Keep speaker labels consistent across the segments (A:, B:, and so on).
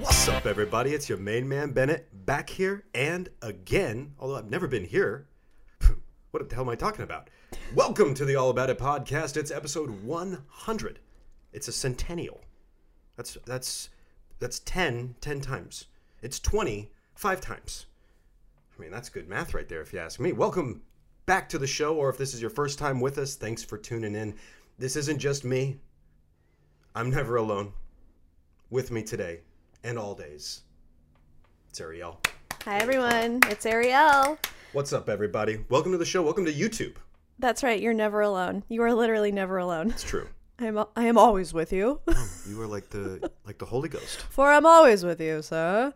A: What's up, everybody? It's your main man Bennett back here and again. Although I've never been here, what the hell am I talking about? Welcome to the All About It podcast. It's episode 100. It's a centennial. That's that's that's 10 10 times. It's 20 five times. I mean, that's good math right there if you ask me. Welcome back to the show or if this is your first time with us, thanks for tuning in. This isn't just me. I'm never alone. With me today and all days. It's Ariel.
B: Hi everyone, it's Ariel.
A: What's up, everybody? Welcome to the show. Welcome to YouTube.
B: That's right, you're never alone. You are literally never alone.
A: It's true.
B: I'm al- I am always with you.
A: You are like the like the Holy Ghost.
B: For I'm always with you, sir.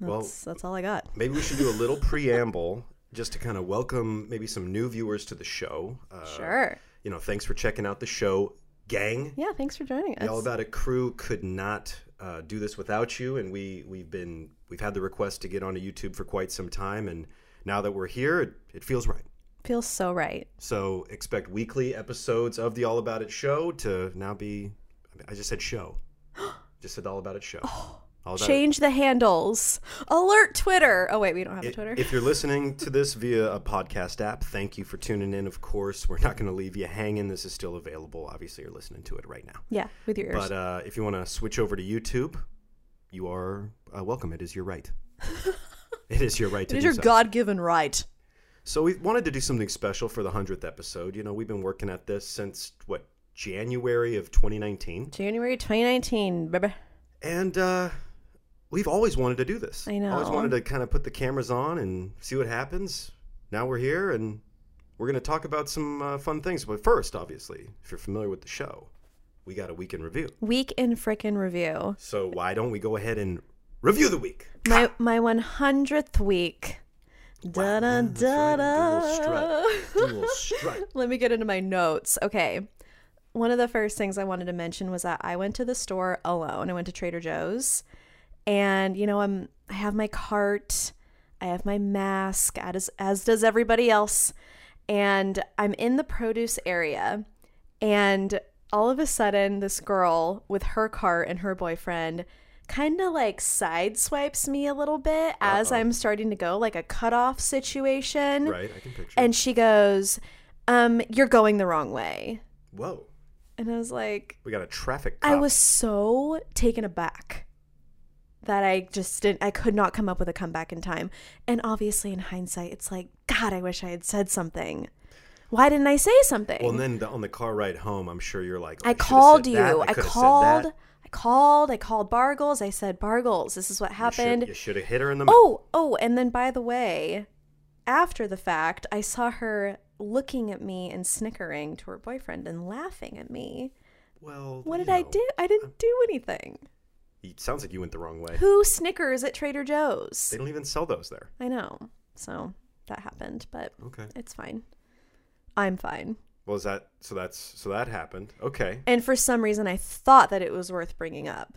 B: That's
A: Well-
B: that's all I got.
A: Maybe we should do a little preamble just to kind of welcome maybe some new viewers to the show. Uh,
B: Sure.
A: You know, thanks for checking out the show, gang.
B: Yeah, thanks for joining
A: The All
B: us.
A: About It crew could not uh, do this without you, and we we've been we've had the request to get onto YouTube for quite some time, and now that we're here, it, it feels right.
B: Feels so right.
A: So expect weekly episodes of the All About It show to now be. I just said show. just said All About It show.
B: Oh,
A: All About It.
B: Change the handles. Alert Twitter. Oh wait, we don't have a
A: I-
B: Twitter.
A: If you're listening to this via a podcast app, thank you for tuning in. Of course, we're not going to leave you hanging. This is still available. Obviously, you're listening to it right now.
B: yeah, with your ears.
A: But uh, if you want to switch over to YouTube, you are uh, welcome. It is your right. it is your right to
B: it is
A: do
B: your
A: so.
B: God-given right.
A: So we wanted to do something special for the hundredth episode. You know, we've been working at this since what January of 2019,
B: January 2019, baby.
A: and uh, we've always wanted to do this.
B: I know.
A: Always wanted to kind of put the cameras on and see what happens. Now we're here, and we're going to talk about some uh, fun things. But first, obviously, if you're familiar with the show, we got a week in review.
B: Week in frickin' review.
A: So why don't we go ahead and review the week?
B: My my 100th week. Da da da da.
A: Dual strut. Dual strut.
B: Let me get into my notes. Okay. One of the first things I wanted to mention was that I went to the store alone. I went to Trader Joe's and you know, I'm I have my cart, I have my mask as as does everybody else and I'm in the produce area and all of a sudden this girl with her cart and her boyfriend kind of like sideswipes me a little bit as I'm starting to go like a cutoff situation.
A: Right, I can picture.
B: And she goes, um, You're going the wrong way.
A: Whoa,
B: And I was like,
A: we got a traffic.
B: I
A: cop.
B: was so taken aback that I just didn't, I could not come up with a comeback in time. And obviously, in hindsight, it's like, God, I wish I had said something. Why didn't I say something?
A: Well, and then the, on the car ride home, I'm sure you're like, oh,
B: I
A: should've said
B: called
A: that,
B: you. I,
A: could've said
B: called.
A: that.
B: I called. I called Bargles. I said, Bargles, this is what
A: You should-
B: happened.
A: You should have hit her in the mouth.
B: Oh, oh, and then by the way, after the fact, I saw her looking at me and snickering to her boyfriend and laughing at me.
A: Well,
B: What
A: you
B: did I
A: know,
B: do? I didn't do anything.
A: It sounds like you went the wrong way.
B: Who snickers at Trader
A: They
B: Joe's?
A: don't even sell those there.
B: I know. So that happened, but
A: Okay.
B: it's fine. I'm fine.
A: Well, is that so? That's so that happened. Okay.
B: And for some reason, I thought that it was worth bringing up.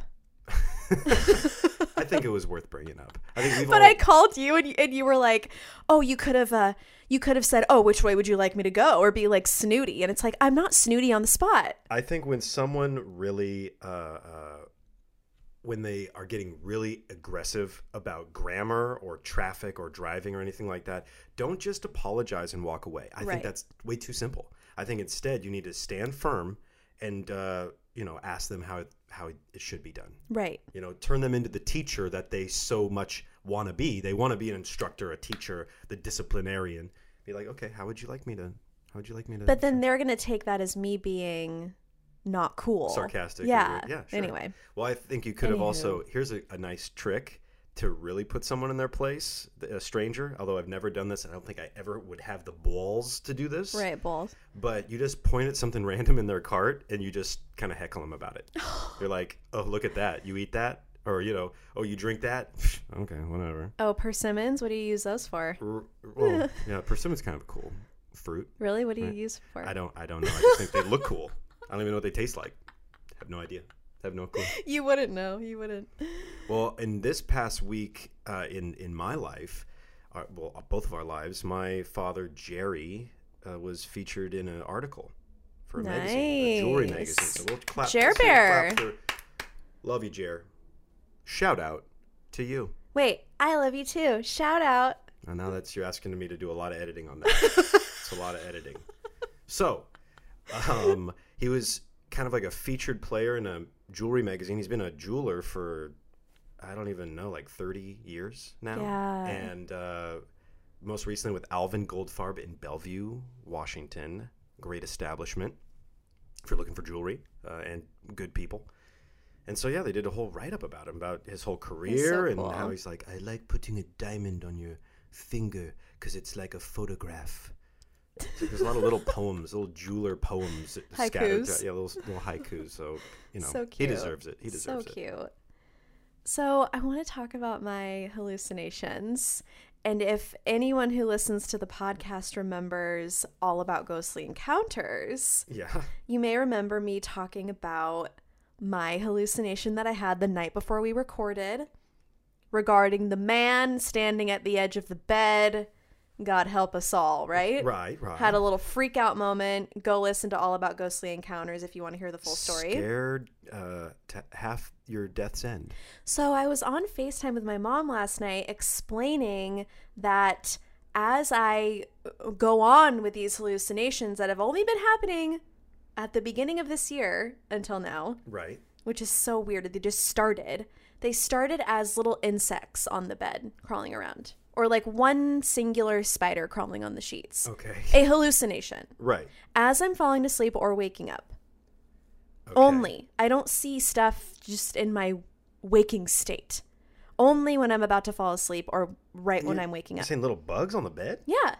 A: I think it was worth bringing up. I think we've
B: But
A: all.
B: I called you and, and you were like, "Oh, you could have uh you could have said, "Oh, which way would you like me to go?" or be like snooty." And it's like, "I'm not snooty on the spot."
A: I think when someone really, uh, uh, when they are getting really aggressive about grammar or traffic or driving or anything like that, don't just apologize and walk away. I think
B: Right.
A: that's way too simple. I think instead you need to stand firm and uh, you know ask them how it, how it should be done.
B: Right.
A: You know, turn them into the teacher that they so much want to be. They want to be an instructor, a teacher, the disciplinarian. Be like, okay, how would you like me to? How would you like me to?
B: But then they're going to take that as me being not cool.
A: sarcastic. or
B: Yeah.
A: weird. yeah. Sure.
B: Anyway,
A: Well, I think you could have
B: Anywho.
A: also. Here's a, a nice trick to really put someone in their place, th- a stranger. Although I've never done this, and I don't think I ever would have the balls to do this.
B: right, balls.
A: But you just point at something random in their cart, and you just kind of heckle them about it. You're like, "Oh, look at that! You eat that." Or you know, oh, you drink that? okay, whatever.
B: Oh, persimmons, what do you use those for?
A: R- well, yeah, persimmon's kind of a cool fruit.
B: Really? What do you use for?
A: I don't, I don't know. I just think they look cool. I don't even know what they taste like. Have no idea. Have no clue.
B: You wouldn't know. You wouldn't.
A: Well, in this past week, uh, in in my life, uh, well, both of our lives, my father Jerry uh, was featured in an article for a magazine, a jewelry
B: Nice.
A: magazine. So we'll clap.
B: Jer
A: let's hear a
B: Bear.
A: clap for- Love you, Jer. Shout out to you.
B: Wait, I love you too. Shout out.
A: And now that's you're asking me to do a lot of editing on that. it's a lot of editing. So, um, he was kind of like a featured player in a jewelry magazine. He's been a jeweler for I don't even know, like 30 years now.
B: Yeah.
A: And uh, most recently with Alvin Goldfarb in Bellevue, Washington. Great establishment if you're looking for jewelry uh, and good people. And so, yeah, they did a whole write up about him, about his whole career and
B: cool.
A: how he's like, I like putting a diamond on your finger because it's like a photograph. It's like there's a lot of little poems, little jeweler poems scattered.
B: Haikus.
A: throughout- Yeah, little, little haikus. So, you know,
B: So
A: he
B: cute.
A: deserves it. He
B: So
A: deserves it.
B: cute. So I want to talk about my hallucinations. And if anyone who listens to the podcast remembers all about ghostly encounters,
A: Yeah.
B: you may remember me talking about my hallucination that I had the night before we recorded regarding the man standing at the edge of the bed. God help us all, right?
A: Right, right.
B: Had a little freak out moment. Go listen to All About Ghostly Encounters if you want to hear the full story.
A: Scared uh, to half your death's end.
B: So I was on FaceTime with my mom last night explaining that as I go on with these hallucinations that have only been happening at the beginning of this year until now,
A: Right.
B: which is so weird. that They just started. They started as little insects on the bed crawling around, or like one singular spider crawling on the sheets.
A: Okay.
B: A hallucination.
A: Right.
B: As I'm falling to sleep or waking up,
A: Okay.
B: only. I don't see stuff just in my waking state. Only when I'm about to fall asleep or right when
A: You-
B: I'm waking
A: You're
B: up.
A: saying little bugs on the bed?
B: Yeah.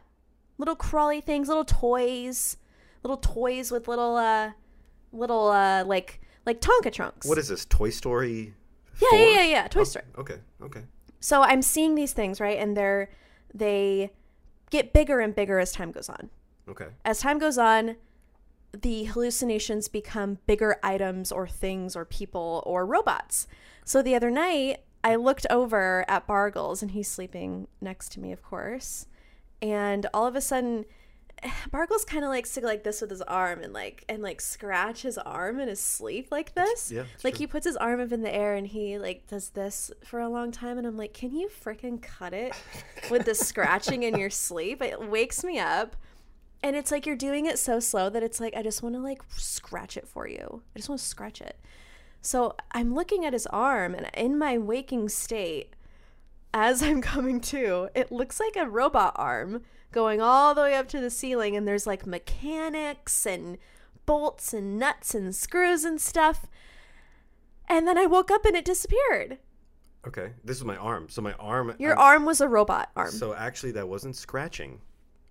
B: Little crawly things, little toys, little toys with little uh little uh like like Tonka trunks.
A: What is this? Toy Story?
B: yeah, yeah, yeah, yeah, Toy
A: Oh,
B: Story.
A: Okay. Okay.
B: So I'm seeing these things, right? And they're they get bigger and bigger as time goes on.
A: Okay.
B: As time goes on, the hallucinations become bigger items or things or people or robots. So the other night, I looked over at Bargles and he's sleeping next to me, of course. And all of a sudden, Bargles kind of likes to go like this with his arm and like and like scratch his arm in his sleep like this.
A: yeah, it's
B: like
A: true.
B: he puts his arm up in the air and he like does this for a long time and I'm like, "Can you freaking cut it with the scratching in your sleep?" It wakes me up. And it's like you're doing it so slow that it's like I just want to like scratch it for you. I just want to scratch it. So I'm looking at his arm and in my waking state as I'm coming to, it looks like a robot arm going all the way up to the ceiling and there's like mechanics and bolts and nuts and screws and stuff. And then I woke up and it disappeared.
A: Okay. This is my arm. So my arm.
B: Your
A: I'm-
B: arm was a robot arm.
A: So actually, that wasn't scratching.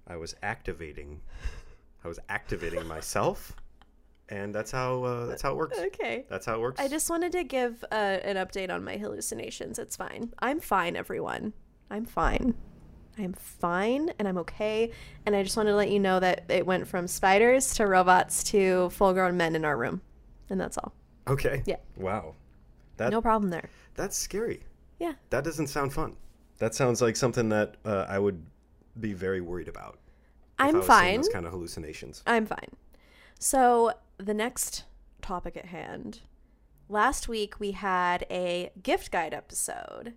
A: I was activating. I was activating myself, and that's how uh, that's how it works.
B: okay.
A: That's how it works.
B: I just wanted to give uh, an update on my hallucinations. It's fine. I'm fine, everyone. I'm fine. I'm fine and I'm okay. And I just wanted to let you know that it went from spiders to robots to full grown men in our room. And that's all.
A: Okay.
B: Yeah.
A: Wow. That
B: No problem there.
A: that's scary.
B: Yeah.
A: That doesn't sound fun. That sounds like something that uh, I would be very worried about. if I
B: I'm
A: was seeing
B: fine.
A: Those kind of hallucinations.
B: I'm fine. So, the next topic at hand. Last week we had a gift guide episode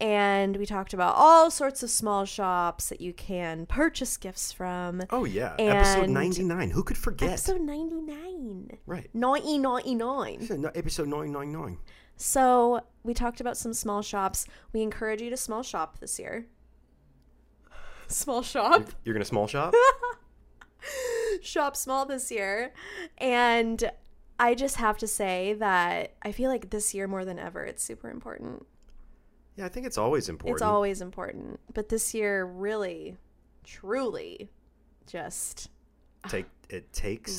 B: and we talked about all sorts of small shops that you can purchase gifts from.
A: Oh yeah, episode
B: And-
A: ninety nine. Who could forget?
B: Episode 99.
A: Right.
B: 99.
A: No, episode nine nine nine.
B: So, we talked about some small shops. We encourage you to small shop this year. Small shop?
A: You're gonna small shop?
B: shop small this year. And I just have to say that I feel like this year more than ever, it's super important.
A: yeah, I think it's always important.
B: It's always important. But this year, really, truly, just
A: Take it takes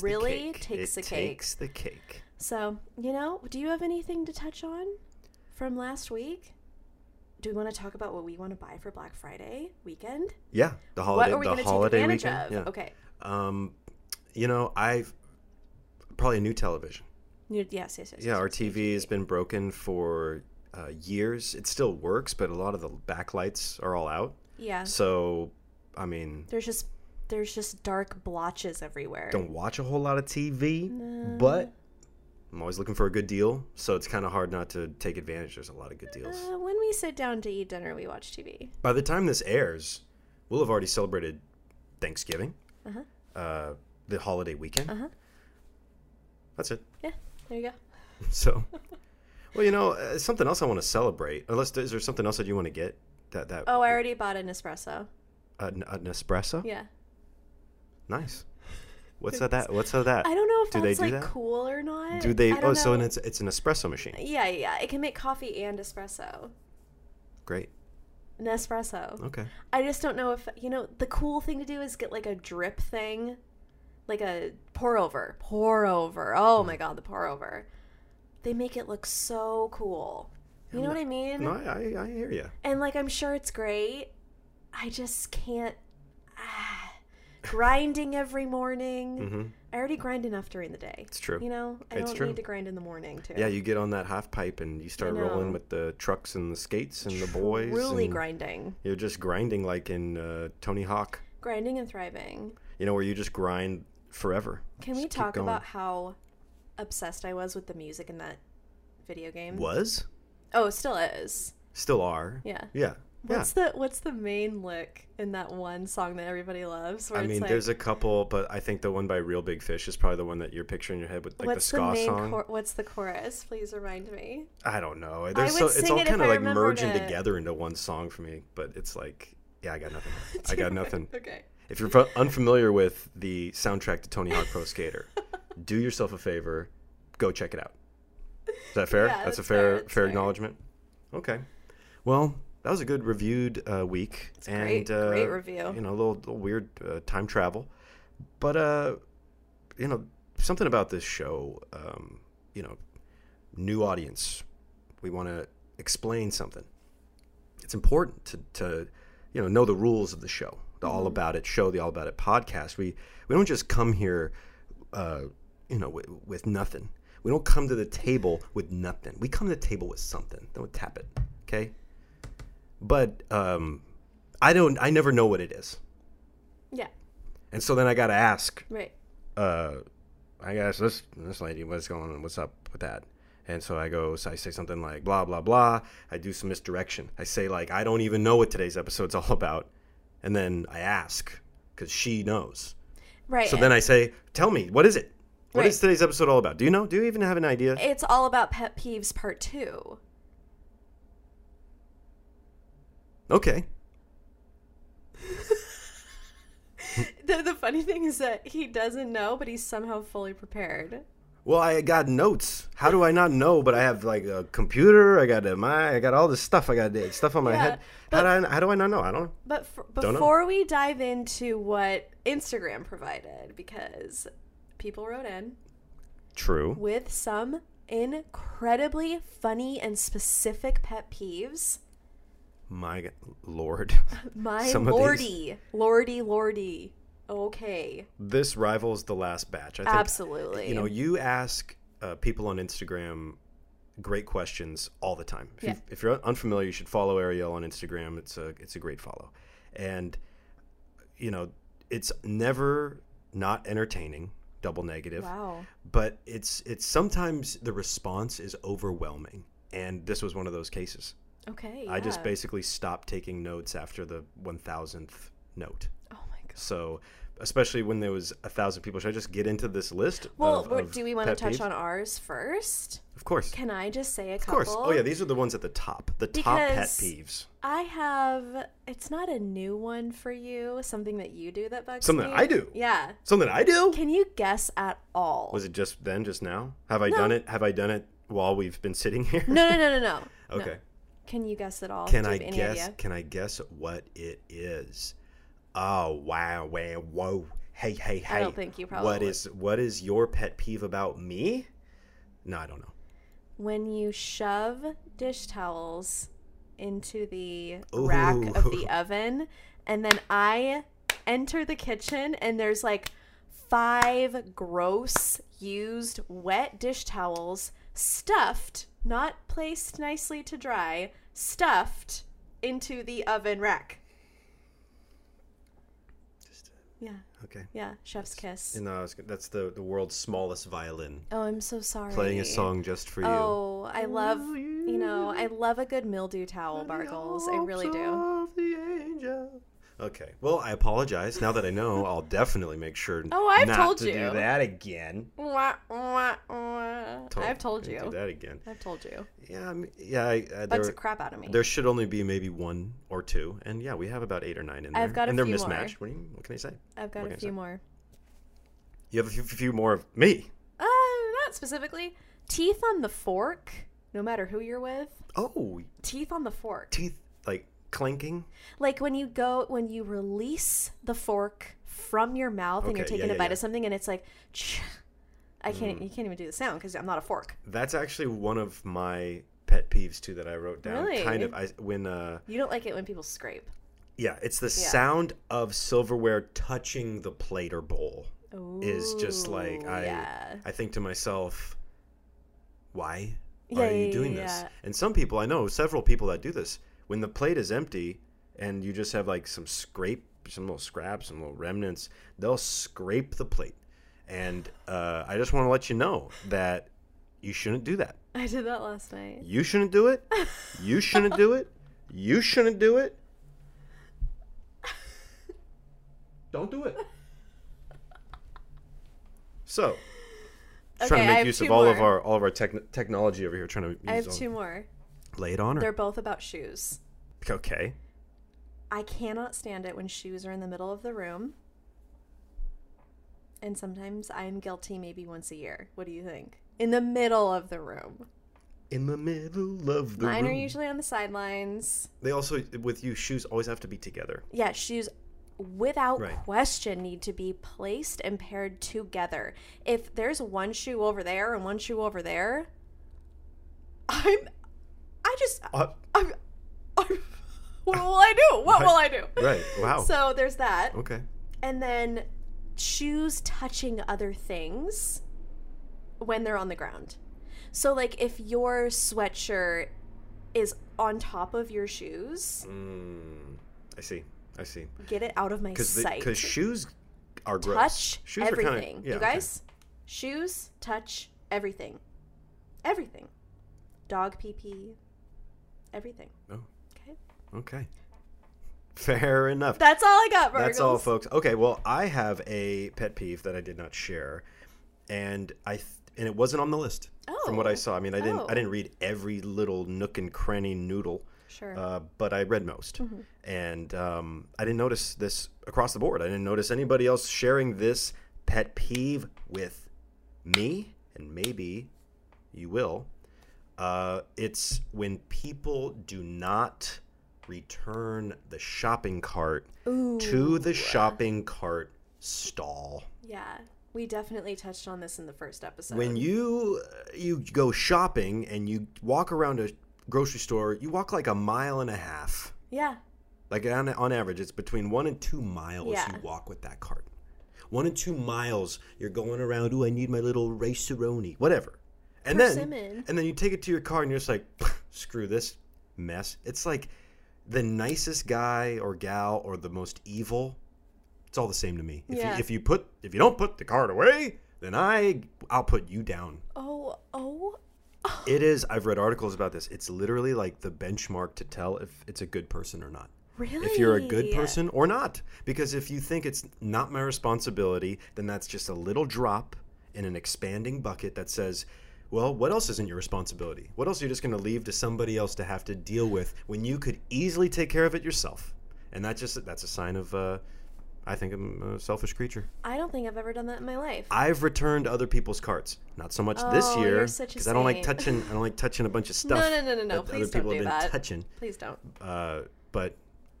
A: the
B: Really?
A: cake.
B: Takes
A: it
B: the cake.
A: takes the cake.
B: So, you know, do you have anything to touch on from last week? Do we want to talk about what we want to buy for Black Friday weekend?
A: Yeah, the holiday.
B: what are we
A: the
B: going to take
A: holiday
B: advantage
A: weekend.
B: of?
A: Yeah.
B: Okay.
A: Um, you know, I've probably a new television.
B: You- Yes, yes, yes.
A: Yeah,
B: yes.
A: our TV has been broken for uh, years. It still works, but a lot of the backlights are all out.
B: Yeah.
A: So, I mean,
B: There's just there's just dark blotches everywhere.
A: don't watch a whole lot of TV, but I'm always looking for a good deal, so it's kind of hard not to take advantage. There's a lot of good deals.
B: Uh, when we sit down to eat dinner, we watch TV.
A: By the time this airs, we'll have already celebrated Thanksgiving,
B: Uh-huh.
A: uh, the holiday weekend.
B: Uh-huh.
A: That's it.
B: Yeah, there you go.
A: So, well, you know, uh, something else I want to celebrate. Unless there- is there something else that you want to get? That that
B: Oh, I already bought an espresso.
A: a, an espresso.
B: Yeah.
A: Nice. What's that? That what's that?
B: I don't know if
A: Uh, Do they
B: that's
A: do
B: like
A: that?
B: cool or not.
A: Do they?
B: I
A: Oh,
B: don't
A: so
B: know.
A: and it's it's an espresso machine.
B: Yeah, yeah. It can make coffee and espresso.
A: Great.
B: An espresso.
A: Okay.
B: I just don't know if you know the cool thing to do is get like a drip thing, like a pour over, pour over. Oh
A: Hmm.
B: my god, the pour over. They make it look so cool. You know what I mean?
A: No, I I, I hear you.
B: And like I'm sure it's great. I just can't. Ah, grinding every morning.
A: hmm
B: I already grind enough during the day.
A: It's true.
B: You know, I
A: It's
B: don't
A: true.
B: need to grind in the morning too.
A: Yeah, you get on that half pipe and you start rolling
B: know.
A: with the trucks and the skates and the boys.
B: Really
A: and
B: grinding,
A: You're just grinding like in uh, Tony Hawk.
B: grinding and thriving.
A: You know where you just grind forever.
B: Can
A: Just
B: we
A: keep
B: talk
A: going.
B: about how obsessed I was with the music in that video game?
A: was?
B: Oh, still is.
A: Still are.
B: Yeah.
A: Yeah. Yeah.
B: What's the What's the main lick in that one song that everybody loves? Where
A: I
B: it's
A: mean,
B: like,
A: there's a couple, but I think the one by Real Big Fish is probably the one that you're picturing in your head with like
B: what's
A: the ska
B: main
A: song.
B: chor- What's the chorus? Please remind me.
A: I don't know. There's
B: would
A: so it's
B: sing
A: all
B: it if
A: kind
B: I
A: of like
B: remembered
A: merging
B: it.
A: together into one song for me, but it's like yeah, I got nothing. I got nothing.
B: Okay.
A: If you're fu- unfamiliar with the soundtrack to Tony Hawk Pro Skater, do yourself a favor, go check it out. Is that fair?
B: Yeah,
A: that's, a
B: that's
A: fair
B: fair,
A: fair,
B: that's fair.
A: acknowledgement. Okay. Well, that was a good reviewed uh, week and
B: great-
A: uh,
B: great review.
A: You know, a little, little weird uh, time travel, but uh, you know, something about this show. Um, you know, new audience. We want to explain something. It's important to, to you know know the rules of the show, the All About It show, the All About It podcast. We we don't just come here, uh, you know, with, with nothing. We don't come to the table with nothing. We come to the table with something. Don't tap it, okay? But um, I don't. I never know what it is,
B: Yeah.
A: and so then I got to ask
B: Right.
A: uh, I guess this this lady, what's going on? What's up with that? And so I go, so I say something like blah blah blah. I do some misdirection. I say like I don't even know what today's episode's all about, and then I ask because she knows.
B: Right.
A: So then I say, tell me, what is it? What is
B: Right.
A: today's episode all about? Do you know? Do you even have an idea?
B: it's all about pet peeves part two.
A: Okay.
B: The, the funny thing is that he doesn't know, but he's somehow fully prepared.
A: Well, I got notes. How do I not know? But I have like a computer. I got a my. I got all this stuff. I got uh, stuff on my
B: Yeah,
A: head. How do I? How do I not know? I don't. know.
B: But f
A: know.
B: before we dive into what Instagram provided, because people wrote in
A: True.
B: with some incredibly funny and specific pet peeves.
A: My g- lord.
B: My
A: Some of these-
B: lordy, lordy, lordy. Okay,
A: this rivals the last batch. I think,
B: absolutely.
A: You know, you ask uh, people on Instagram great questions all the time. If, you,
B: Yeah.
A: if you're unfamiliar, you should follow Ariel on Instagram. It's a it's a great follow, and you know, it's never not entertaining. Double negative
B: wow.
A: but it's it's sometimes the response is overwhelming and this was one of those cases
B: Okay.
A: i just
B: yeah.
A: basically stopped taking notes after the 1000th note
B: Oh my god.
A: so, especially when there was a thousand people, should I just get into this list?
B: Well,
A: of-
B: but
A: of
B: do we want to
A: pet
B: touch
A: peeves?
B: on ours first?
A: Of course,
B: Can I just say a
A: of
B: couple?
A: course. Oh yeah, these are the ones at the top. The top pet
B: Because-
A: peeves.
B: I have. It's not a new one for you. Something that you do that bugs
A: Something
B: me.
A: I do?
B: Yeah.
A: Something I do.
B: Can you guess at all?
A: Was it just then? Just now? Have I done it? Have I done it while we've been sitting here?
B: no, no, no, no, no. No.
A: okay.
B: Can you guess at all?
A: Can
B: Do you
A: I
B: have any
A: guess?
B: idea?
A: Can I guess what it is? Oh wow! Wow! Whoa! Hey! Hey! Hey!
B: I don't think you
A: What
B: probably-
A: is what is your pet peeve about me? No, I don't know.
B: When you shove dish towels into the rack of
A: Ooh.
B: the oven, and then I enter the kitchen, and there's like five gross, used, wet dish towels stuffed, not placed nicely to dry, stuffed into the oven rack. Yeah.
A: Okay.
B: Yeah, chef's kiss.
A: And uh, that's the, the world's smallest violin
B: Oh, I'm so sorry.
A: playing a song just for you.
B: Oh, I love you know, I love a good mildew towel, Barkles. I really do.
A: Okay. Well, I apologize. Now that I know, I'll definitely make sure.
B: Oh, I've
A: not
B: told
A: to
B: you.
A: do that again.
B: Wah, wah, wah. I've told
A: to Do
B: you.
A: that again.
B: I've told you.
A: Yeah. I mean, yeah. I, uh, there,
B: Bugs the crap out of me.
A: there should only be maybe one or two, and yeah, we have about eight or nine in there.
B: I've got a
A: and they're
B: few more.
A: mismatched. What, do you, what can I say?
B: I've got
A: what
B: a
A: can I
B: few
A: say?
B: more.
A: You have a few, few more of me.
B: Uh, not specifically. Teeth on the fork, no matter who you're with.
A: Oh,
B: Teeth on the fork.
A: teeth like clanking.
B: Like when you go, when you release the fork from your mouth and you're
A: Okay, yeah,
B: taking a
A: yeah,
B: bite
A: yeah. Mm.
B: of something and it's like, "Ch-" I can't, you can't even do the sound because I'm not a fork.
A: That's actually one of my pet peeves too that I wrote down.
B: Really?
A: Kind of. I when uh.
B: You don't like it when people scrape.
A: Yeah, it's the sound of silverware touching the plate or bowl is just like
B: Ooh,
A: I
B: yeah.
A: I think to myself, why
B: Yeah,
A: are you
B: yeah,
A: doing
B: yeah,
A: this?
B: yeah.
A: And some people I know, several people that do this, when the plate is empty and you just have like some scrape, some little scraps, some little remnants, they'll scrape the plate. And uh, I just want to let you know that you shouldn't do that.
B: I did that last night.
A: You shouldn't do it. You shouldn't do it. You shouldn't do it. Don't do it. So, just
B: Okay,
A: trying to
B: I
A: make
B: have
A: use
B: two
A: of all of
B: more.
A: our all of our techn technology over here. Trying to
B: I have
A: use
B: two more.
A: all, lay it on
B: They're
A: her.
B: both about shoes.
A: Okay.
B: I cannot stand it when shoes are in the middle of the room. And sometimes I am guilty maybe once a year. What do you think? In the middle of the room.
A: In the middle of the
B: Mine are
A: room.
B: usually on the sidelines.
A: They also with you shoes always have to be together.
B: Yeah, shoes without
A: Right.
B: question need to be placed and paired together. If there's one shoe over there and one shoe over there, I'm I just
A: Uh,
B: I'm, I'm what will I do? What will I do?
A: right. Wow.
B: So there's that.
A: okay.
B: and then shoes touching other things when they're on the ground. So like if your sweatshirt is on top of your shoes,
A: Mm, I see. I see.
B: get it out of my
A: Because
B: sight.
A: because shoes are gross.
B: touch
A: shoes are kinda-
B: everything.
A: yeah,
B: you
A: okay.
B: guys, shoes touch everything. Everything. Dog pee pee. Everything.
A: Oh.
B: Okay.
A: Okay. Fair enough.
B: That's all I got, Virgos.
A: That's all, folks. Okay, well, I have a pet peeve that I did not share, and I th- and it wasn't on the list from what
B: Oh.
A: I saw. I mean, I didn't
B: Oh.
A: I didn't read every little nook and cranny noodle,
B: Sure.
A: uh, but I read most, and um, I didn't notice this across the board. I didn't notice anybody else sharing this pet peeve with me, and maybe you will. Uh, it's when people do not return the shopping cart to the shopping cart stall.
B: yeah. We definitely touched on this in the first episode.
A: When you uh, you go shopping and you walk around a grocery store, you walk like a mile and a half.
B: yeah.
A: Like on, on average, it's between one and two miles
B: Yeah.
A: you walk with that cart. One and two miles you're going around. Ooh, I need my little raceroni, whatever. And then
B: Persimmon.
A: and then you take it to your car and you're just like, screw this mess. It's like the nicest guy or gal or the most evil. It's all the same to me. If,
B: Yeah.
A: you, if you put if you don't put the cart away, then I I'll put you down.
B: Oh, oh,
A: It is. I've read articles about this. It's literally like the benchmark to tell if it's a good person or not
B: really?
A: if you're a good person or not. Because if you think it's not my responsibility, then that's just a little drop in an expanding bucket that says, well, what else isn't your responsibility? What else are you just going to leave to somebody else to have to deal with when you could easily take care of it yourself? And that's just that's a sign of, uh, I think I'm a selfish creature.
B: I don't think I've ever done that in my life.
A: I've returned other people's carts, not so much this
B: Oh,
A: year
B: you're such a
A: I don't like
B: saint.
A: touching. I don't like touching a bunch of stuff.
B: no, no, no, no.
A: that
B: Please
A: other
B: don't
A: people
B: do
A: have been
B: that.
A: touching
B: Please don't.
A: uh, but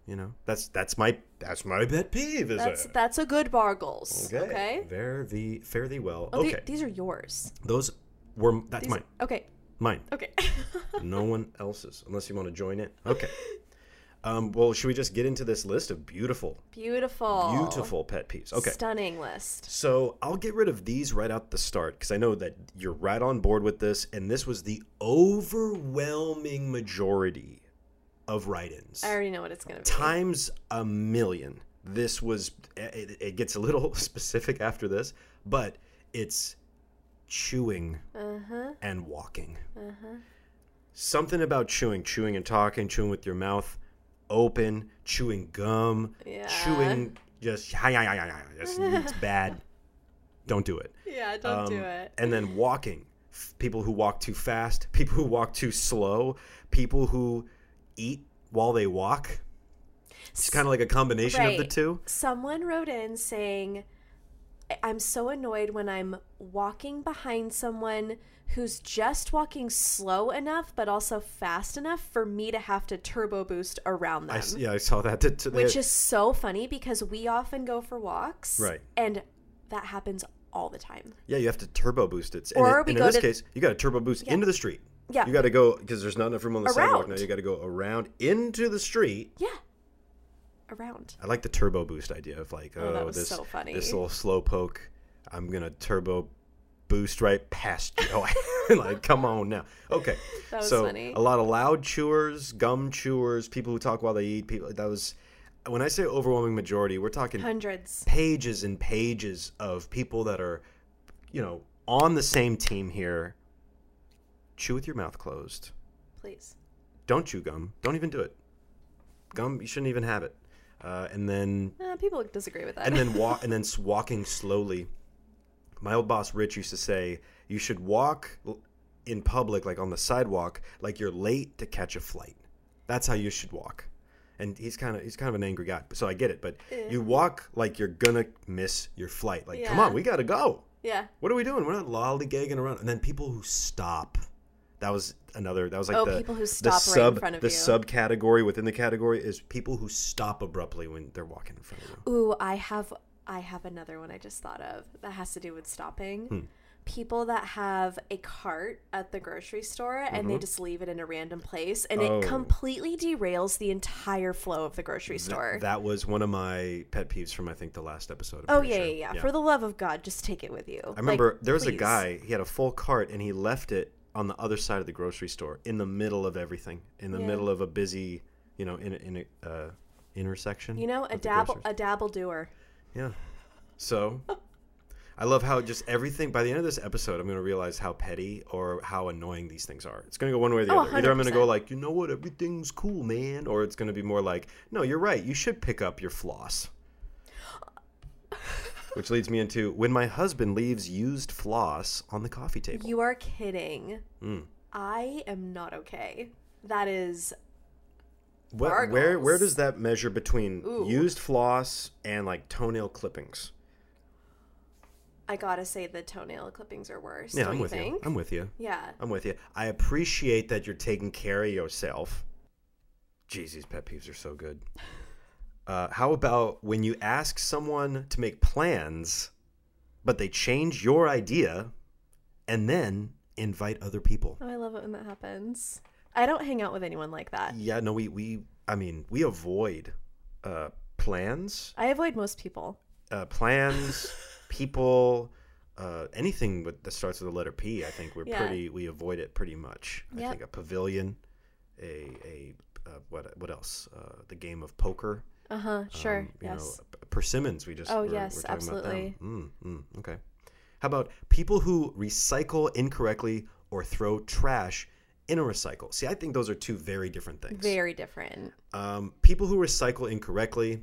A: you know that's that's my that's my pet peeve is
B: That's
A: it?
B: that's a good bargles. Okay.
A: fare thee fare thee well
B: Oh, the-
A: okay
B: these are yours.
A: those were that's
B: These
A: mine
B: Okay.
A: mine
B: Okay.
A: no one else's unless you want to join it okay um, well should we just get into this list of beautiful
B: Beautiful.
A: beautiful pet peeves okay
B: Stunning list.
A: so I'll get rid of these right out the start because I know that you're right on board with this, and this was the overwhelming majority of write-ins.
B: I already know what it's gonna be.
A: times a million. this was it, it gets a little specific after this, but it's chewing
B: Uh-huh.
A: and walking. Something about chewing, chewing and talking, chewing with your mouth open, chewing gum,
B: Yeah.
A: chewing just hi hi hi hi. hi. It's, it's bad. Don't do it.
B: Yeah, don't do
A: Um,
B: it.
A: And then walking. F- People who walk too fast, people who walk too slow, people who eat while they walk. It's kind of like a combination of the
B: right.
A: two.
B: Someone wrote in saying, "I- I'm so annoyed when I'm walking behind someone who's just walking slow enough, but also fast enough for me to have to turbo boost around them.
A: I s yeah, I saw that. T-
B: which is so funny because we often go for walks.
A: Right.
B: And that happens all the time.
A: yeah, you have to turbo boost it. And,
B: Or
A: it-
B: we
A: and
B: go
A: in this
B: to-
A: case, you got to turbo boost into the street.
B: Yeah.
A: You got to go because there's not enough room on the sidewalk now.
B: Around.
A: You got to go around into the street.
B: Yeah. Around.
A: I like the turbo boost idea of like, oh,
B: that was
A: this
B: so funny.
A: this little slow poke. I'm gonna turbo boost right past you. Oh, like, come on now. Okay.
B: That was
A: so
B: funny.
A: a lot of loud chewers, gum chewers, people who talk while they eat. People that was when I say overwhelming majority, we're talking
B: Hundreds.
A: pages and pages of people that are, you know, on the same team here. Chew with your mouth closed.
B: Please.
A: Don't chew gum. Don't even do it. Gum, you shouldn't even have it. Uh, and then
B: Uh, people disagree with that.
A: and then walk and then s- walking slowly. My old boss Rich used to say you should walk l- in public, like on the sidewalk, like you're late to catch a flight. That's how you should walk. And he's kind of he's kind of an angry guy, so I get it. But you walk like you're gonna miss your flight. Like, come
B: Yeah.
A: on, we gotta go.
B: yeah.
A: What are we doing? We're not lollygagging around. And then people who stop. That was another. That was like
B: Oh,
A: the
B: people who
A: the
B: stop right in
A: sub,
B: front of
A: the
B: you.
A: subcategory within the category is people who stop abruptly when they're walking in front of you.
B: Ooh, I have I have another one I just thought of that has to do with stopping.
A: Hmm.
B: People that have a cart at the grocery store and they just leave it in a random place and
A: Mm-hmm. Oh.
B: it completely derails the entire flow of the grocery
A: Th-
B: store.
A: that was one of my pet peeves from I think the last episode. I'm
B: oh
A: pretty
B: yeah,
A: sure.
B: yeah, yeah, For the love of God, just take it with you.
A: I remember there was a guy. He had a full cart and he left it on the other side of the grocery store, in the middle of everything, in the
B: Yeah.
A: middle of a busy, you know, in a, in a uh, intersection.
B: You know, a
A: with the
B: dabble
A: grocers.
B: a dabble doer.
A: Yeah. So, I love how just everything. By the end of this episode, I'm going to realize how petty or how annoying these things are. It's going to go one way or the
B: Oh,
A: other. Either I'm going to go
B: 100%.
A: like, you know what, everything's cool, man, or it's going to be more like, no, you're right. You should pick up your floss. Which leads me into when my husband leaves used floss on the coffee table.
B: You are kidding.
A: Hmm.
B: I am not okay. That is
A: Where, where where
B: gargles.
A: does that measure between
B: Ooh.
A: used floss and like toenail clippings?
B: I gotta say the toenail clippings are worse.
A: Yeah,
B: don't
A: I'm
B: you
A: with you.
B: think?
A: I'm with you.
B: Yeah.
A: I'm with you. I appreciate that you're taking care of yourself. Jeez, these pet peeves are so good. Uh, how about when you ask someone to make plans, but they change your idea and then invite other people?
B: Oh, I love it when that happens. I don't hang out with anyone like that.
A: Yeah, no, we, we I mean, we avoid uh, plans,
B: I avoid most people.
A: uh, plans, people, uh, anything with, that starts with the letter P. I think we're
B: Yeah.
A: pretty we avoid it pretty much. I
B: Yep.
A: think a pavilion, a a uh, what what else? Uh, the game of poker.
B: Uh huh. Sure.
A: um, you
B: yes.
A: know, p- persimmons. We just
B: Oh,
A: we're,
B: yes,
A: we're talking
B: absolutely.
A: About them. Mm, mm, okay. How about people who recycle incorrectly or throw trash in a recycle? See, I think those are two very different things.
B: Very different.
A: Um, people who recycle incorrectly.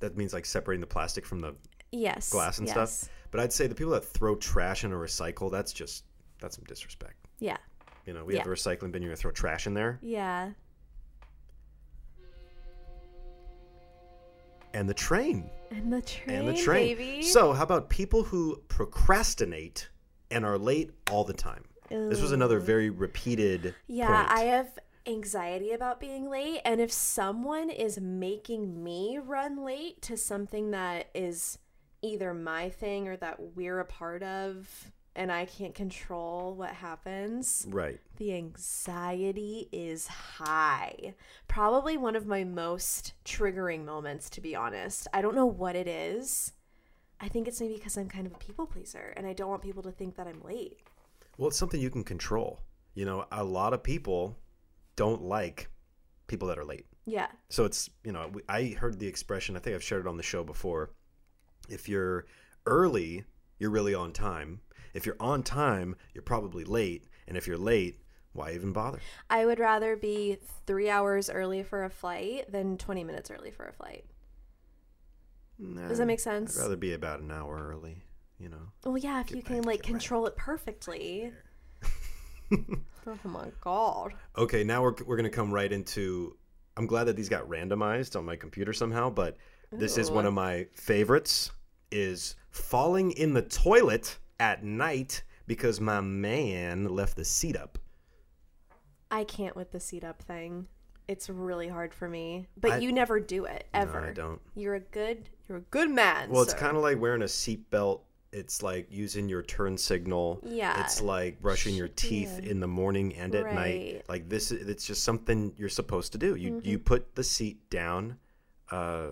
A: That means like separating the plastic from the
B: Yes.
A: glass and
B: yes.
A: stuff. But I'd say the people that throw trash in a recycle, that's just that's some disrespect.
B: Yeah.
A: You know, we have
B: Yeah.
A: a recycling bin, you're gonna throw trash in there.
B: Yeah.
A: And the train.
B: And the train.
A: and the train.
B: Baby.
A: So how about people who procrastinate and are late all the time? This was another very repeated
B: yeah,
A: point.
B: I have anxiety about being late, and if someone is making me run late to something that is either my thing or that we're a part of, and I can't control what happens,
A: Right.
B: The anxiety is high. Probably one of my most triggering moments, to be honest. I don't know what it is. I think it's maybe because I'm kind of a people pleaser and I don't want people to think that I'm late.
A: Well, it's something you can control. You know, a lot of people don't like people that are late.
B: Yeah.
A: So it's, you know, we- I heard the expression, I think I've shared it on the show before. If you're early, you're really on time. If you're on time, you're probably late. And if you're late, why even bother?
B: I would rather be three hours early for a flight than 20 minutes early for a flight.
A: Nah,
B: Does that make sense?
A: I'd rather be about an hour early, you know?
B: Well, yeah, if you can
A: right,
B: like
A: get right.
B: control it perfectly. oh my god.
A: Okay, now we're, we're going to come right into. I'm glad that these got randomized on my computer somehow, but this is one of my favorites is falling in the toilet at night because my man left the seat up.
B: I can't with the seat up thing. It's really hard for me. But
A: I-
B: you never do it ever.
A: No, I don't.
B: You're a good you're a good man.
A: Well, it's
B: sir.
A: kind of like wearing a seatbelt. It's like using your turn signal.
B: Yeah.
A: It's like brushing your teeth in the morning and at night.
B: Right. Mm-hmm.
A: Like this, is- it's just something you're supposed to do. You you put the seat down. Uh,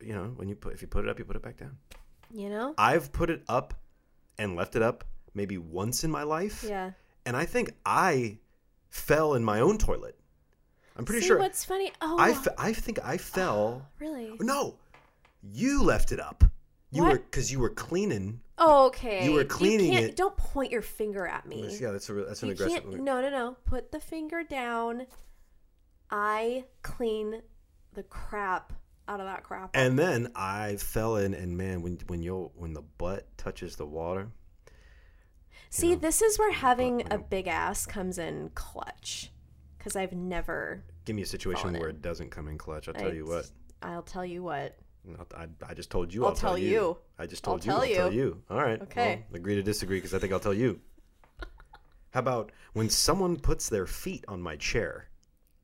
A: you know when you put if you put it up, you put it back down.
B: you know?
A: I've put it up and left it up maybe once in my life,
B: Yeah.
A: and I think I fell in my own toilet. I'm pretty
B: See
A: sure
B: what's Ah. funny? Oh
A: I fe- I think I fell.
B: really?
A: No, you left it up. You
B: What?
A: were because you were cleaning.
B: Okay.
A: You were cleaning
B: can't,
A: it.
B: Don't point your finger at me.
A: Yeah, that's a, that's an
B: You
A: aggressive.
B: can't. No, no, no. Put the finger down. I clean the crap out of that crap.
A: And then I fell in, and man, when when you when the butt touches the water,
B: See, this is where having a big ass comes in clutch. Because I've never.
A: give me a situation
B: Falling
A: where it doesn't come in clutch. I'll tell you what.
B: I'll tell you what.
A: I'll- I, I just told you.
B: I'll
A: I'll,
B: tell you.
A: I just
B: I'll
A: told you.
B: tell
A: I'll tell
B: you.
A: you. All right.
B: Okay.
A: well, agree to disagree because I think I'll tell you. How about when someone puts their feet on my chair?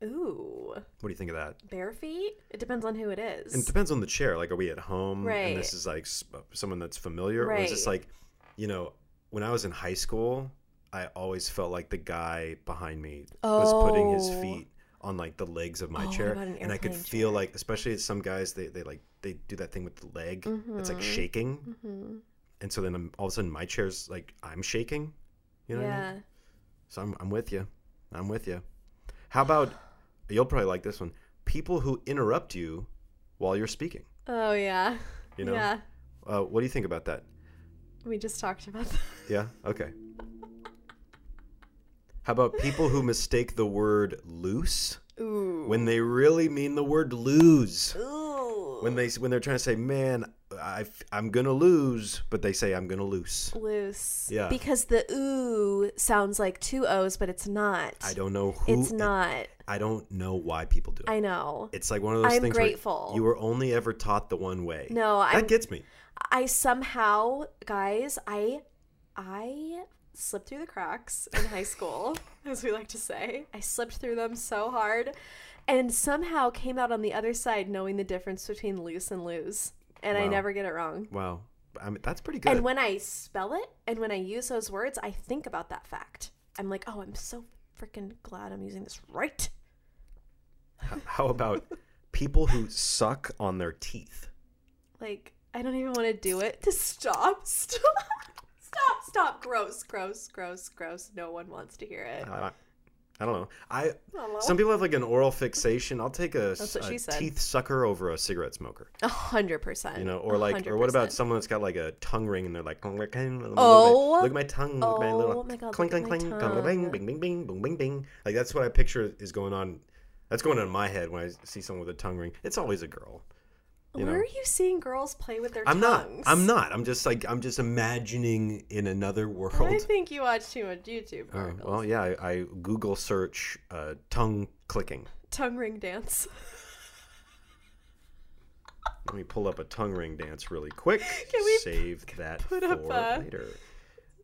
B: Ooh,
A: What do you think of that?
B: bare feet. It depends on who it is.
A: It depends on the chair. Like, are we at home?
B: Right.
A: And this is like s- uh, someone that's familiar, or is this
B: Right.
A: like, you know, when I was in high school, I always felt like the guy behind me was putting his
B: Oh.
A: feet on like the legs of my
B: Oh, what
A: chair,
B: about an
A: and I could
B: airplane
A: feel like, especially some guys, they they like they do that thing with the leg that's like
B: Mm-hmm.
A: shaking, and so then I'm, all of a sudden my chair's like I'm shaking, you know? what I mean?
B: yeah.
A: So I'm, I'm with you. I'm with you. How about you'll probably like this one? People who interrupt you while you're speaking.
B: Oh yeah.
A: You know?
B: Yeah.
A: Uh, what do you think about that?
B: We just talked about that.
A: Yeah. Okay. How about people who mistake the word loose
B: Ooh.
A: when they really mean the word lose?
B: Ooh.
A: When they when they're trying to say, "Man, I, am gonna lose," but they say, "I'm gonna loose."
B: Loose.
A: Yeah.
B: Because the ooh sounds like two O's, but it's not.
A: I don't know who.
B: It's not.
A: I don't know why people do it.
B: I know.
A: it's like one of those
B: I'm
A: things. where
B: grateful.
A: you were only ever taught the one way.
B: No,
A: that
B: I'm-
A: gets me.
B: I somehow, guys, I I slipped through the cracks in high school, as we like to say. I slipped through them so hard and somehow came out on the other side knowing the difference between loose and lose. And I
A: Wow.
B: never get it wrong.
A: Wow, I mean that's pretty good.
B: And when I spell it and when I use those words, I think about that fact. I'm like, oh, I'm so freaking glad I'm using this right.
A: How about people who suck on their teeth?
B: Like, I don't even want to do it. To stop, stop, stop, stop. Gross, gross, gross, gross. No one wants to hear it.
A: I, I don't know. I
B: Hello?
A: some people have like an oral fixation. I'll take a,
B: That's what
A: a
B: she said.
A: teeth sucker over a cigarette smoker.
B: A hundred percent.
A: You know, or like,
B: A
A: or what about
B: hundred
A: someone that's got like a tongue ring and they're like, oh, look at
B: Oh.
A: my, look at my tongue, look at my little
B: Oh my God, look
A: clink
B: at
A: clink
B: my
A: clink, clink, bing bing
B: tongue.
A: bing bing bing bing bing. Like that's what I picture is going on. That's going on in my head when I see someone with a tongue ring. It's always a girl.
B: percent. Where are you seeing girls play with their
A: I'm not.
B: tongues?
A: I'm not. I'm just like I'm just imagining in another
B: I
A: world.
B: think you watch too much YouTube.
A: Oh,
B: articles.
A: well, yeah, I, I Google search uh, tongue clicking.
B: Tongue ring dance.
A: Let me pull up a tongue ring dance really quick.
B: Can we
A: save that
B: put
A: for
B: up a-
A: later?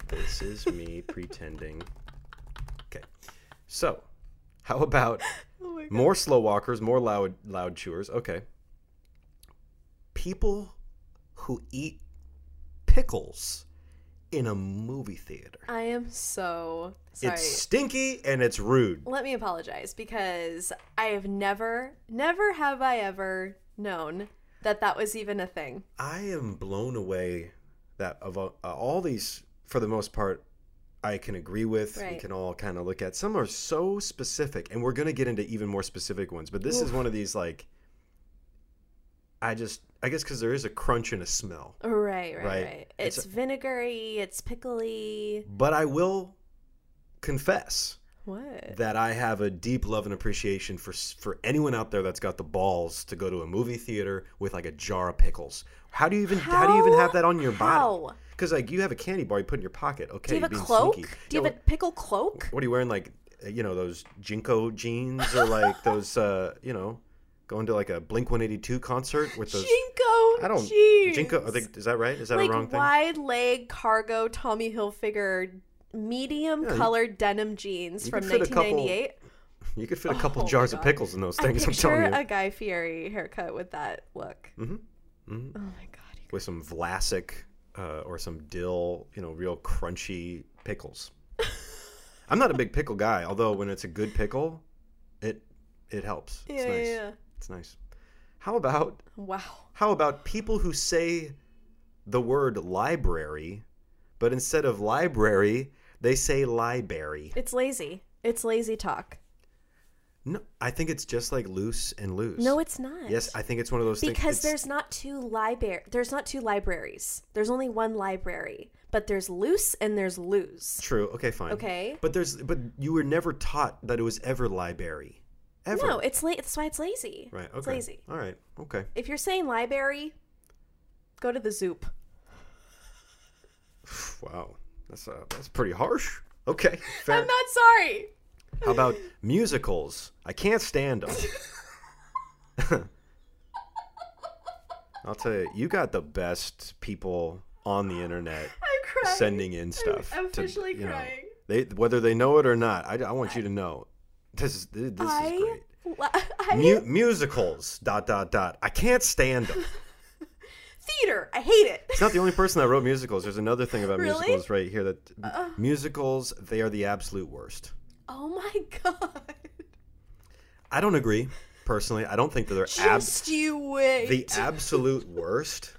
A: This is me pretending. Okay, so how about
B: Oh my god.
A: more slow walkers, more loud loud chewers? Okay, people who eat pickles in a movie theater.
B: I am so sorry.
A: It's stinky and it's rude.
B: Let me apologize because I have never, never have I ever known that that was even a thing.
A: I am blown away that of uh, all these, for the most part, I can agree with. We
B: Right.
A: can all kind of look at. Some are so specific, and we're going to get into even more specific ones. But this is one of these like, I just I guess because there is a crunch and a smell.
B: Right, right,
A: Right.
B: right.
A: It's
B: It's, vinegary, it's pickly.
A: But I will confess
B: What?
A: that I have a deep love and appreciation for s- for anyone out there that's got the balls to go to a movie theater with like a jar of pickles. How do you even how, do you even
B: How?
A: have that on your body?
B: How?
A: Because like you have a candy bar you put in your pocket. Okay,
B: Do you have a
A: being
B: cloak?
A: sneaky.
B: Do you
A: Yeah,
B: have a pickle cloak?
A: what are you wearing like uh, you know those jinko jeans or like those uh you know going to like a blink 182 concert with those
B: Jinko.
A: i don't
B: jeans.
A: jinko i think is that right is that
B: like
A: a wrong thing
B: wide leg cargo Tommy Hilfiger medium
A: you-
B: colored denim jeans
A: you
B: from
A: could fit a couple
B: 1998.
A: you could fit a couple
B: Oh my
A: jars of
B: God.
A: pickles in those
B: I
A: things i'm telling
B: picture
A: you
B: a Guy Fieri haircut with that look.
A: Mhm. Mhm.
B: Oh my god.
A: with some vlasic uh, or some dill you know real crunchy pickles i'm not a big pickle guy although when it's a good pickle it it helps
B: Yeah,
A: it's nice
B: yeah, yeah.
A: it's nice how about
B: Wow.
A: How about people who say the word library, but instead of library, they say library?
B: It's lazy. It's lazy talk.
A: No, I think it's just like loose and loose.
B: No, it's not.
A: yes, I think it's one of those things.
B: because
A: it's-
B: there's not two library there's not two libraries. There's only one library, but there's loose and there's lose.
A: true. Okay, fine.
B: Okay.
A: but there's but you were never taught that it was ever library, ever.
B: No, it's late. That's why it's lazy.
A: right. Okay.
B: It's lazy.
A: All right. Okay.
B: If you're saying library, go to the Zoop.
A: Wow. That's uh, that's pretty harsh. Okay. Fair.
B: I'm not sorry.
A: How about musicals? I can't stand them. I'll tell you, you got the best people on the internet
B: I'm crying.
A: sending in stuff.
B: I'm
A: to,
B: officially
A: you know,
B: crying.
A: they whether they know it or not, I, I want you to know. This is this is
B: I,
A: great.
B: I
A: Mu- musicals dot dot dot. I can't stand them.
B: theater. I hate it.
A: It's not the only person that wrote musicals. There's another thing about
B: Really? Uh,
A: musicals right here that musicals they are the absolute worst.
B: Oh my god.
A: I don't agree personally. I don't think that they're abs-
B: Just you wait.
A: the absolute worst.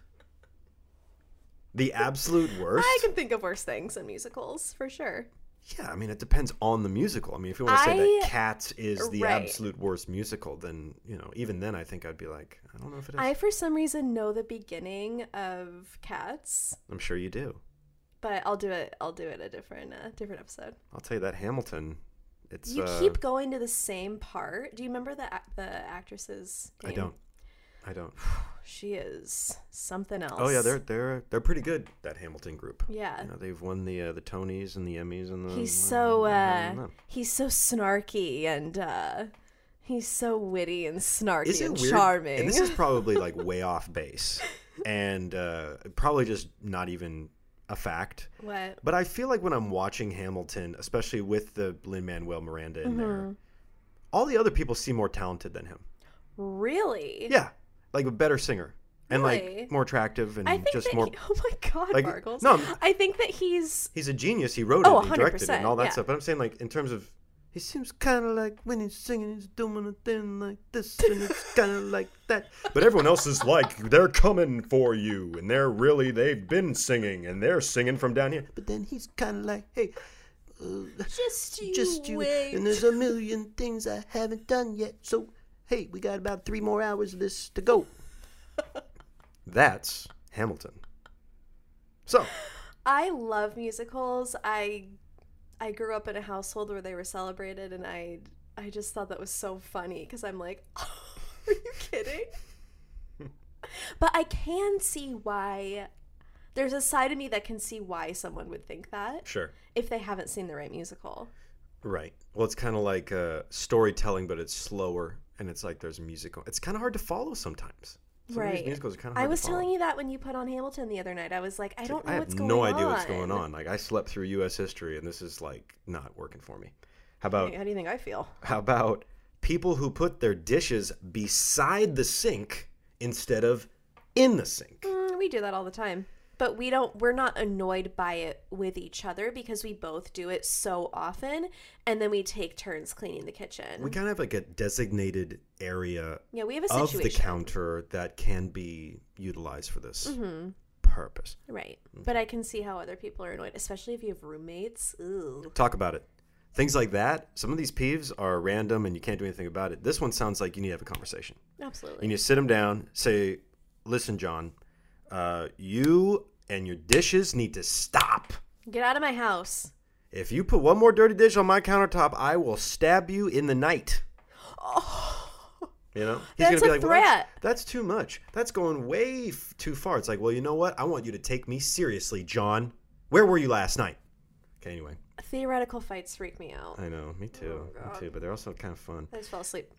A: The absolute worst.
B: I can think of worse things than musicals for sure.
A: Yeah, I mean, it depends on the musical. I mean, if you want to say
B: I-
A: that Cats is the
B: Right.
A: absolute worst musical, then you know, even then, I think I'd be like, I don't know if it is.
B: I for some reason know the beginning of Cats,
A: I'm sure you do.
B: but I'll do it. I'll do it a different uh, different episode.
A: I'll tell you that Hamilton. It's
B: you
A: uh,
B: keep going to the same part. Do you remember the ac- the actress's?
A: I
B: name?
A: don't. I don't.
B: She is something else.
A: Oh yeah, they're they're they're pretty good. That Hamilton group.
B: yeah.
A: You know, they've won the uh, the Tonys and the Emmys and the.
B: He's so
A: Mm, I don't
B: uh
A: know.
B: he's so snarky and uh he's so witty and snarky
A: Is it
B: and
A: weird?
B: charming.
A: And this is probably like way off base, and uh, probably just not even a fact.
B: what?
A: But I feel like when I'm watching Hamilton, especially with the Lin Manuel Miranda in
B: Mm-hmm.
A: there, all the other people seem more talented than him.
B: Really?
A: Yeah, like a better singer and
B: Really?
A: like more attractive and
B: I think
A: just
B: that
A: more.
B: he- oh my god,
A: like,
B: Margles.
A: no, I'm-
B: I think that he's
A: He's a genius. He wrote it,
B: Oh,
A: and he directed it, and
B: 100%,
A: all that
B: yeah.
A: stuff. But I'm saying like in terms of. He seems kind of like when he's singing, he's doing a thing like this, and it's kind of like that. But everyone else is like, they're coming for you, and they're really, they've been singing, and they're singing from down here. But then he's kind of like, hey,
B: just you,
A: just you.
B: wait.
A: And there's a million things I haven't done yet. So, hey, we got about three more hours of this to go. That's Hamilton. So,
B: I love musicals. I I grew up in a household where they were celebrated and I I just thought that was so funny cuz I'm like, are you kidding? but I can see why there's a side of me that can see why someone would think that
A: sure.
B: if they haven't seen the right musical.
A: Right. Well, it's kind of like uh, storytelling, but it's slower, and it's like there's musical. It's kind of hard to follow sometimes. Some of these
B: Right.
A: musicals are kind of
B: I
A: hard
B: was
A: to follow.
B: telling you that when you put on Hamilton the other night. I was like, I don't know
A: I have
B: what's going
A: no
B: on.
A: idea what's going on. Like, I slept through U.S. history, and this is like not working for me. How about
B: How do you think I feel?
A: How about people who put their dishes beside the sink instead of in the sink?
B: Mm, we do that all the time. But we don't we're not annoyed by it with each other because we both do it so often and then we take turns cleaning the kitchen.
A: We kind of have like a designated area
B: yeah, we have a
A: of the
B: situation.
A: counter that can be utilized for this purpose.
B: Right.
A: Mm-hmm.
B: But I can see how other people are annoyed, especially if you have roommates. Ooh.
A: Talk about it. Things like that. Some of these peeves are random and you can't do anything about it. This one sounds like you need to have a conversation. You
B: Absolutely.
A: need to sit them down, say, listen, John, uh, you and your dishes need to stop.
B: Get out of my house.
A: If you put one more dirty dish on my countertop, I will stab you in the night. You know, he's
B: That's
A: gonna be like,
B: a
A: well, that's,
B: threat.
A: that's too much. That's going way f- too far. It's like, well, you know what? I want you to take me seriously, John. Where were you last night? Okay, anyway,
B: Theoretical fights freak me out.
A: I know, me
B: Oh,
A: too, me too. But they're also kind of fun.
B: I just fell asleep.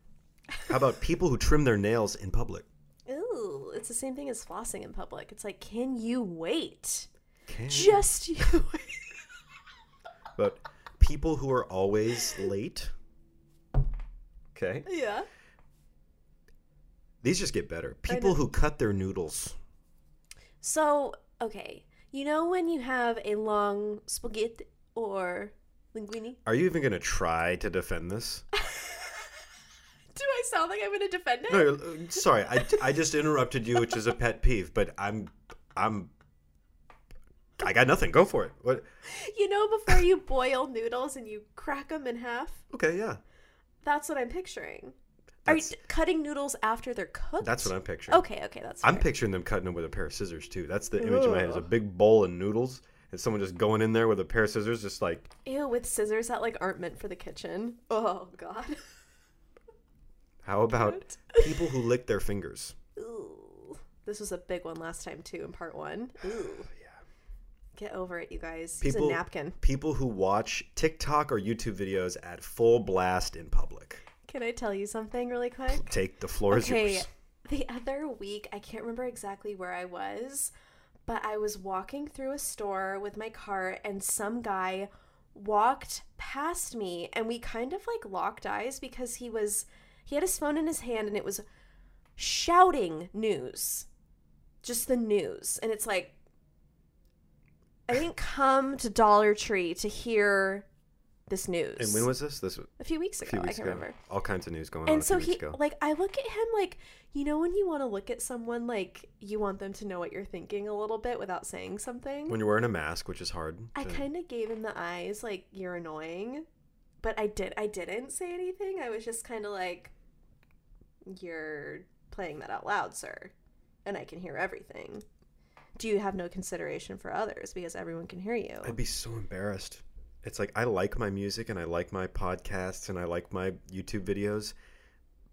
A: How about people who trim their nails in public?
B: Ooh. It's the same thing as flossing in public. It's like, can you wait?
A: Can-
B: Just you.
A: But people who are always late. Okay,
B: yeah.
A: these just get better. People who cut their noodles.
B: So, okay. You know when you have a long spaghetti or linguine?
A: Are you even gonna try to defend this?
B: Do I sound like I'm going to defend it?
A: No, you're- uh, sorry, I, I just interrupted you, which is a pet peeve. But I'm I'm I got nothing. Go for it. What?
B: You know, before you boil noodles and you crack them in half?
A: Okay, yeah,
B: That's what I'm picturing. Are you
A: That's-
B: cutting noodles after they're cooked?
A: that's what I'm picturing.
B: Okay, okay, that's
A: I'm
B: fair.
A: picturing them cutting them with a pair of scissors too. That's the image in my head. Is a big bowl of noodles and someone just going in there with a pair of scissors, just like
B: Ew, with scissors that like aren't meant for the kitchen. Oh god.
A: how about people who lick their fingers?
B: Ooh. This was a big one last time too in part one. Ooh. Get over it, you guys. Use
A: People-
B: a napkin.
A: People who watch TikTok or YouTube videos at full blast in public.
B: Can I tell you something really quick?
A: Take the floor is
B: Okay,
A: yours.
B: the other week, I can't remember exactly where I was, but I was walking through a store with my cart, and some guy walked past me, and we kind of like locked eyes because he was he had his phone in his hand, and it was shouting news, just the news, and it's like. I didn't come to Dollar Tree to hear this news.
A: And when was this? This was
B: a few weeks
A: a
B: ago,
A: few weeks
B: I can
A: ago.
B: remember
A: All kinds of news going on. a
B: and so
A: few
B: he
A: weeks ago.
B: like i look at him like you know when you want to look at someone like you want them to know what you're thinking a little bit without saying something
A: when you're wearing a mask, which is hard.
B: i
A: to-
B: kind of gave him the eyes like you're annoying but i did i didn't say anything i was just kind of like you're playing that out loud sir and i can hear everything do you have no consideration for others because everyone can hear you
A: I'd be so embarrassed. It's like I like my music and I like my podcasts and I like my YouTube videos,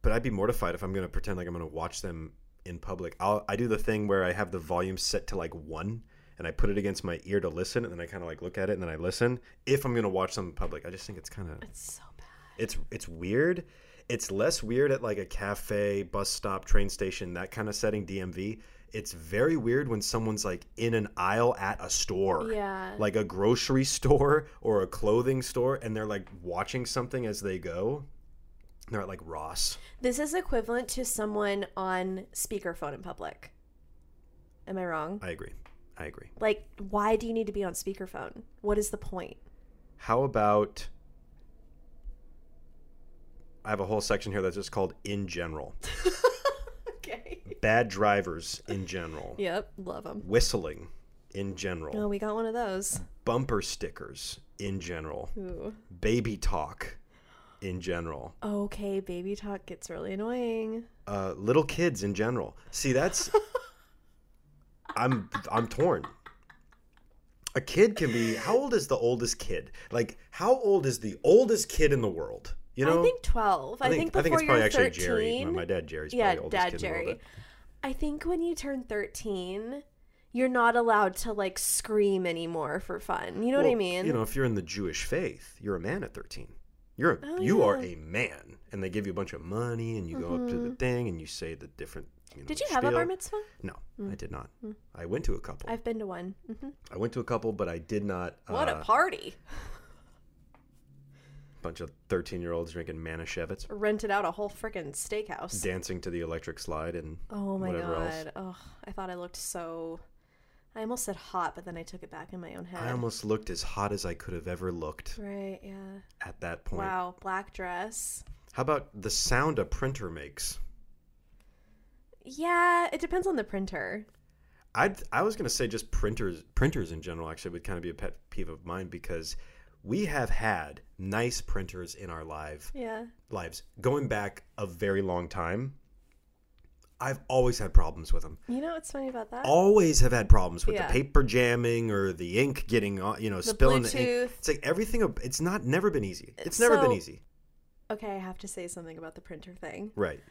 A: but I'd be mortified if I'm going to pretend like I'm going to watch them in public. I'll, I do the thing where I have the volume set to like one and I put it against my ear to listen and then I kind of like look at it and then I listen if I'm going to watch them in public. I just think it's kind of
B: it's so bad
A: it's it's weird. It's less weird at like a cafe, bus stop, train station, that kind of setting, DMV. It's very weird when someone's like in an aisle at a store.
B: Yeah.
A: Like a grocery store or a clothing store and they're like watching something as they go. They're at like Ross.
B: this is equivalent to someone on speakerphone in public am i wrong
A: I agree. I agree.
B: Like, why do you need to be on speakerphone? What is the point?
A: How about I have a whole section here that's just called in general.
B: Okay.
A: Bad drivers in general.
B: Yep, love them.
A: Whistling in general.
B: Oh, we got one of those.
A: bumper stickers in general,
B: Ooh.
A: baby talk in general,
B: Okay, baby talk gets really annoying.
A: uh, little kids in general. See, that's I'm I'm torn. A kid can be how old is the oldest kid? Like how old is the oldest kid in the world? You know,
B: I think 12. I think, before
A: it's probably
B: you're
A: actually
B: 13.
A: Jerry. My, my dad Jerry's
B: yeah,
A: probably oldest
B: dad
A: kid in the
B: Jerry.
A: world.
B: I think when you turn 13, you're not allowed to like scream anymore for fun. You know what I
A: Well,
B: mean?
A: You know, if you're in the Jewish faith, you're a man at 13. You're a,
B: Oh,
A: you are
B: yeah. Mm-hmm.
A: a man, and they give you a bunch of money, and you go up to the thing, and you say the different. You know,
B: Did you have a
A: spiel.
B: bar mitzvah? Mm.
A: No, I did not. I went to a couple. i
B: I've been to one. hmm
A: went to a couple, but I did not.
B: What
A: uh,
B: a party.
A: bunch of thirteen-year-olds drinking Manischewitz,
B: Rented out a whole freaking steakhouse.
A: dancing to the electric slide, and
B: Oh my
A: whatever else.
B: god. Oh, I thought I looked so I almost said hot, but then I took it back in my own head.
A: I almost looked as hot as I could have ever looked
B: Right, yeah.
A: at that point.
B: Wow, black dress.
A: How about the sound a printer makes?
B: Yeah, it depends on the printer.
A: I I was gonna say just printers printers in general actually would kind of be a pet peeve of mine because we have had nice printers in our life
B: Yeah.
A: lives going back a very long time. I've always had problems with them.
B: You know what's funny about that?
A: Always have had problems with
B: Yeah.
A: the paper jamming or the ink getting on, you know, spilling the ink.
B: Bluetooth. Uh,
A: It's like everything. ab- It's not never been easy. It's never been
B: so-
A: easy.
B: Okay, I have to say something about the printer thing.
A: Right.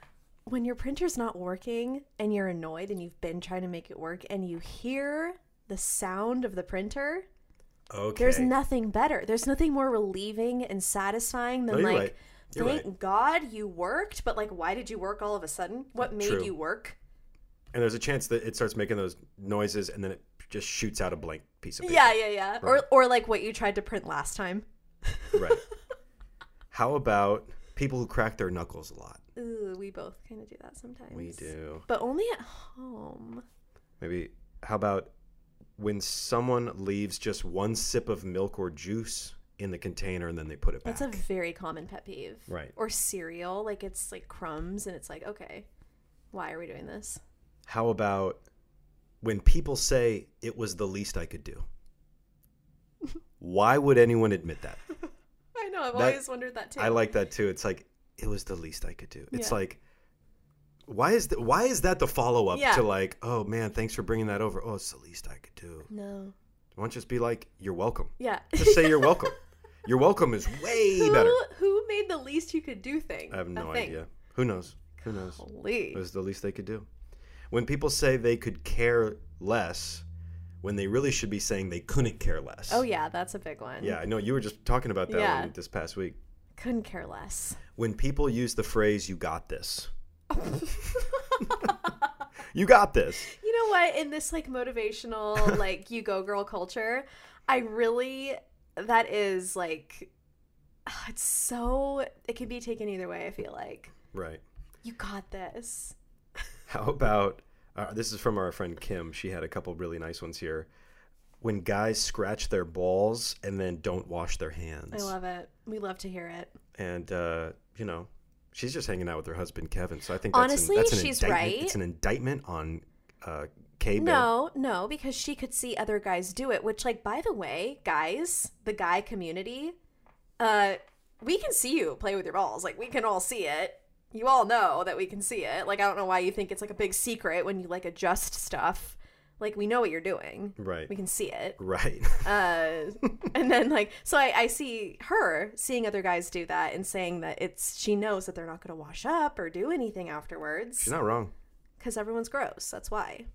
B: When your printer's not working and you're annoyed and you've been trying to make it work and you hear the sound of the printer,
A: Okay.
B: there's nothing better. There's nothing more relieving and satisfying than
A: No, you're
B: like,
A: right. You're
B: thank God you worked, but like, why did you work all of a sudden? What made
A: True.
B: you work?
A: and there's a chance that it starts making those noises and then it just shoots out a blank piece of paper.
B: Yeah, yeah, yeah. Or, or like what you tried to print last time.
A: Right. How about people who crack their knuckles a lot?
B: Ooh, we both kind of do that sometimes.
A: We do.
B: But only at home.
A: Maybe how about when someone leaves just one sip of milk or juice in the container and then they put it back?
B: That's a very common pet peeve.
A: Right.
B: Or cereal, like it's like crumbs and it's like, okay, why are we doing this?
A: How about when people say it was the least I could do? Why would anyone admit that?
B: I know, I've
A: That-
B: always wondered that too.
A: I like that too. It's like it was the least I could do. It's
B: Yeah.
A: like why is the, why is that the follow up
B: Yeah.
A: to like oh man thanks for bringing that over oh it's the least I could do.
B: No.
A: Why don't you just be like you're welcome?
B: Yeah.
A: Just say you're welcome. You're welcome is way
B: who,
A: better.
B: who made the least you could do thing?
A: I have
B: a
A: no
B: thing?
A: idea. Who knows? Who knows?
B: Holy.
A: It was the least they could do. When people say they could care less, when they really should be saying they couldn't care less.
B: Oh, yeah, that's a big one.
A: Yeah, I know you were just talking about that
B: Yeah.
A: one this past week.
B: Couldn't care less.
A: When people use the phrase "you got this," you got this.
B: You know what? In this like motivational, like you go girl culture, I really that is like it's so it can be taken either way. I feel like
A: Right.
B: you got this.
A: How about uh, this is from our friend Kim. She had a couple really nice ones here. When guys scratch their balls and then don't wash their hands.
B: I love it. We love to hear it.
A: and uh, you know, she's just hanging out with her husband Kevin. So I think that's
B: Honestly,
A: an, that's an
B: she's
A: indictment.
B: right.
A: It's an indictment on uh, K.
B: No, no, because she could see other guys do it. Which, like, by the way, guys, the guy community, uh, we can see you play with your balls. Like, we can all see it. You all know that we can see it. Like, I don't know why you think it's like a big secret when you like adjust stuff. Like, we know what you're doing.
A: Right.
B: We can see it.
A: Right.
B: Uh, and then like, so I, I see her seeing other guys do that and saying that it's she knows that they're not going to wash up or do anything afterwards
A: she's not wrong.
B: because everyone's gross. That's why.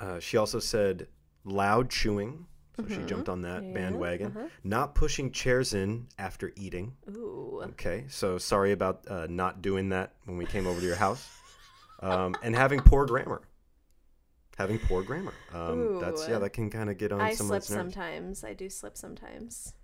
A: Uh, she also said loud chewing. So
B: Mm-hmm.
A: she jumped on that bandwagon.
B: Uh-huh.
A: Not pushing chairs in after eating.
B: Ooh.
A: Okay. So sorry about uh, not doing that when we came over to your house. Um, and having poor grammar. Having poor grammar. Um, that's
B: Ooh.
A: yeah, that can kind of get on
B: I slip
A: someone's nerves.
B: sometimes. I do slip sometimes.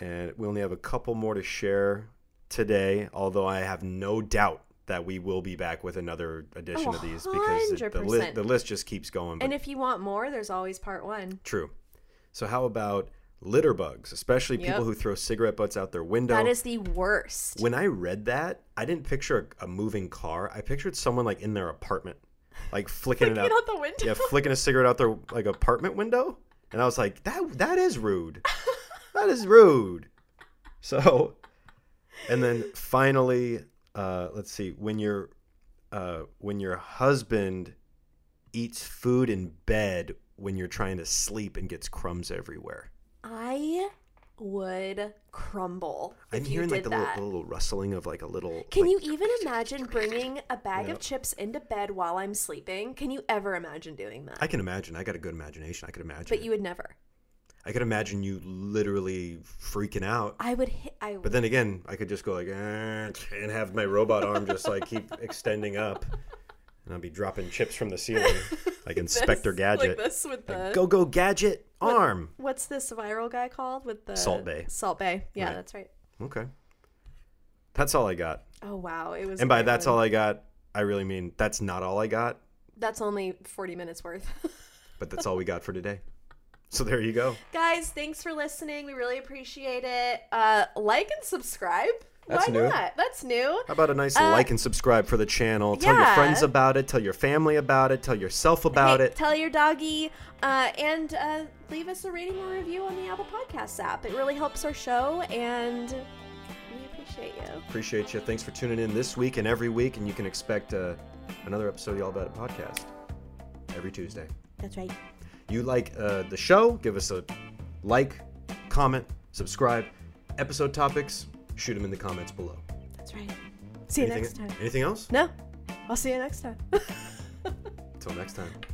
A: and we only have a couple more to share today. Although I have no doubt that we will be back with another edition
B: Oh,
A: of these because the- the, list
B: 100%.
A: the list just keeps going. But
B: And if you want more, there's always part one.
A: true. So how about litter bugs, especially people
B: Yep.
A: who throw cigarette butts out their window?
B: That is the worst.
A: when I read that, I didn't picture a, a moving car. I pictured someone like in their apartment, like flicking it out,
B: out the window.
A: Yeah, flicking a cigarette out their like apartment window, and I was like, that that is rude. that is rude. So, and then finally, uh, let's see when your uh, when your husband eats food in bed when you're trying to sleep and gets crumbs everywhere.
B: I would crumble
A: I'm
B: if
A: hearing
B: you
A: like
B: did
A: the
B: that.
A: little, the little rustling of like a little.
B: Can
A: like,
B: you even imagine bringing a bag of chips into bed while I'm sleeping? Can you ever imagine doing that?
A: I can imagine. I got a good imagination. I could imagine.
B: but
A: it.
B: you would never.
A: I could imagine you literally freaking out.
B: I would hit. I
A: But then again, I could just go like "Eh," and have my robot arm just like keep extending up, and I'll be dropping chips from the ceiling like Inspector Gadget.
B: Like this with the
A: go go gadget arm.
B: what's this viral guy called with the
A: Salt Bae.
B: Salt Bay. Yeah,
A: Right.
B: that's right.
A: Okay, that's all I got.
B: Oh wow, it was.
A: And by that's all I got, I really mean that's not all I got,
B: That's only forty minutes worth.
A: but that's all we got for today. So there you go.
B: guys thanks for listening we really appreciate it uh like and subscribe Why
C: That's new.
B: not? That's new.
A: How about a nice like and subscribe for the channel? Tell your
B: Uh, yeah.
A: friends about it. Tell your family about it. Tell yourself about
B: Hey,
A: it.
B: Tell your doggy, uh, and uh, leave us a rating or review on the Apple Podcasts app. It really helps our show, and we appreciate you.
A: Appreciate you. Thanks for tuning in this week and every week. And you can expect uh, another episode of the All About It podcast every Tuesday.
B: That's right.
A: You like uh, the show? Give us a like, comment, subscribe. Episode topics? Shoot them in the comments below.
B: That's right. See you
A: anything,
B: next time.
A: Anything else?
B: No, I'll see you next time.
A: Until next time.